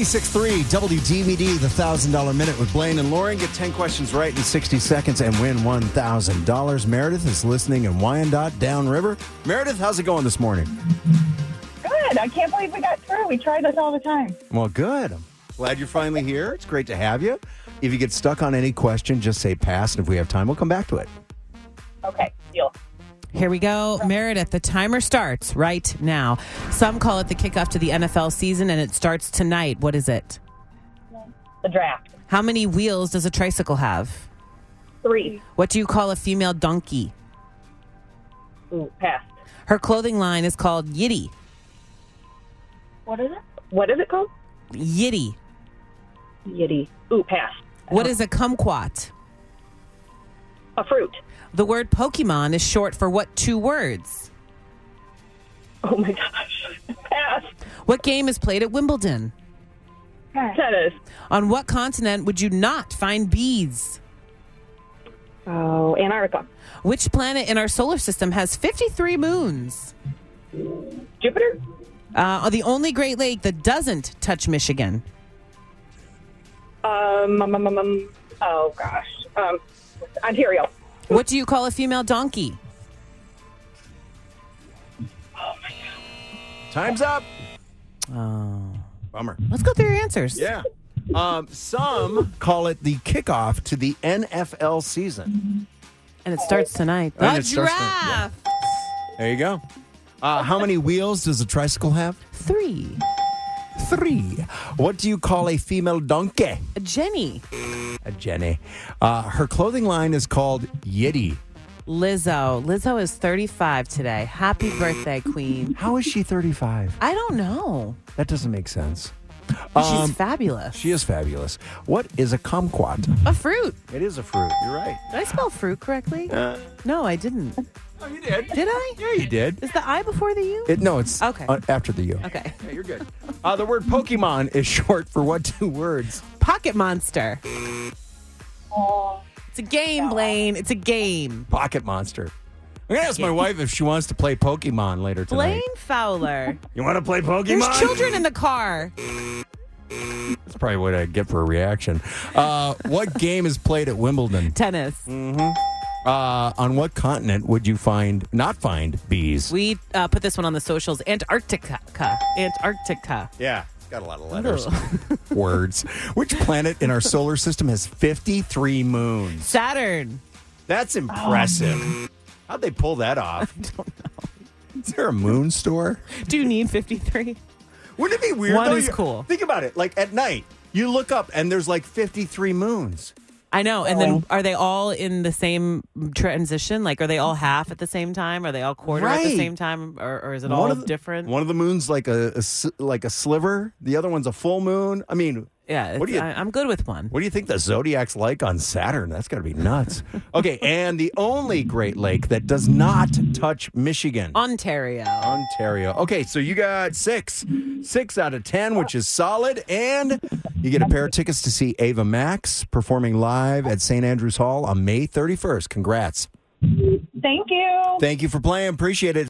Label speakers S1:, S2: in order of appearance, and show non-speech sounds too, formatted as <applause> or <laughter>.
S1: 96.3 WDVD, the $1,000 Minute with Blaine and Lauren. Get 10 questions right in 60 seconds and win $1,000. Meredith is listening in Wyandotte, downriver. Meredith, how's it going this morning?
S2: Good. I can't believe we got through. We try this all the time.
S1: Well, good. I'm glad you're finally here. It's great to have you. If you get stuck on any question, just say pass, and if we have time, we'll come back to it.
S2: Okay, deal.
S3: Here we go. Meredith, the timer starts right now. Some call it the kickoff to the NFL season, and it starts tonight. What is it?
S2: The draft.
S3: How many wheels does a tricycle have?
S2: Three.
S3: What do you call a female donkey?
S2: Ooh, pass.
S3: Her clothing line is called Yiddy.
S2: What is it? What is it called?
S3: Yiddy.
S2: Yiddy. Ooh, pass.
S3: What is a kumquat?
S2: A fruit.
S3: The word Pokemon is short for what two words?
S2: Oh my gosh. <laughs> Pass.
S3: What game is played at Wimbledon?
S2: Tennis.
S3: On what continent would you not find bees?
S2: Oh, Antarctica.
S3: Which planet in our solar system has 53 moons?
S2: Jupiter.
S3: Uh, are the only Great Lake that doesn't touch Michigan?
S2: Um, um, um, um, um, oh gosh. Um, Ontario.
S3: What do you call a female donkey?
S1: Time's up. Bummer.
S3: Let's go through your answers.
S1: Oh. Yeah. Um, some call it the kickoff to the NFL season.
S3: And it starts tonight. The
S1: And it
S3: giraffe.
S1: starts tonight, There you go. Uh, how many wheels does a tricycle have?
S3: Three.
S1: Three. What do you call a female donkey?
S3: A Jenny.
S1: A Jenny. Uh, her clothing line is called Yeti.
S3: Lizzo. Lizzo is 35 today. Happy birthday, queen.
S1: How is she 35?
S3: I don't know.
S1: That doesn't make sense. Um,
S3: She's fabulous.
S1: She is fabulous. What is a kumquat?
S3: a fruit.
S1: It is a fruit. You're right.
S3: Did I spell fruit correctly?
S1: Uh,
S3: no, I didn't.
S1: Oh, you did.
S3: Did I?
S1: Yeah, you did.
S3: Is the I before the U?
S1: It, no, it's
S3: Okay.
S1: uh, after the U.
S3: okay.
S1: Yeah, you're good. Uh, the word Pokemon is short for what two words?
S3: Pocket monster.
S2: Oh,
S3: It's a game, Blaine. It's a game.
S1: Pocket Monster. I'm gonna ask my wife if she wants to play Pokemon later tonight.
S3: Blaine Fowler.
S1: You want to play Pokemon?
S3: There's children in the car.
S1: That's probably what I get for a reaction. Uh,
S3: <laughs>
S1: what game is played at Wimbledon?
S3: Tennis.
S1: Uh, on what continent would you find not find bees?
S3: We uh, put this one on the socials. Antarctica. Antarctica.
S1: yeah, it's got a lot of letters, <laughs> words. Which planet in our solar system has 53 moons?
S3: Saturn.
S1: That's impressive. How'd they pull that
S3: <laughs>
S1: off? I don't know. Is there a moon store?
S3: Do you need 53?
S1: Wouldn't it be weird?
S3: One
S1: though?
S3: is
S1: You-
S3: cool.
S1: Think about it. Like at night, you look up and there's like 53 moons.
S3: I know. And then are they all in the same transition? Like, are they all half at the same time? Are they all quarter at
S1: Right.
S3: the same time? Or, or is it all
S1: of the,
S3: different?
S1: One of the moons like a, a s- like a sliver. The other one's a full moon. I mean,
S3: yeah. it's-
S1: What do you
S3: I, I'm good with one.
S1: what do you think the zodiac's like on Saturn? That's got to be
S3: <laughs>
S1: nuts. okay, and the only Great Lake that does not touch Michigan.
S3: Ontario.
S1: Ontario. Okay, so you got six, six out of ten, which is solid, and you get a pair of tickets to see Ava Max performing live at St. Andrews Hall on May 31st. Congrats!
S2: thank you.
S1: Thank you for playing. Appreciate it.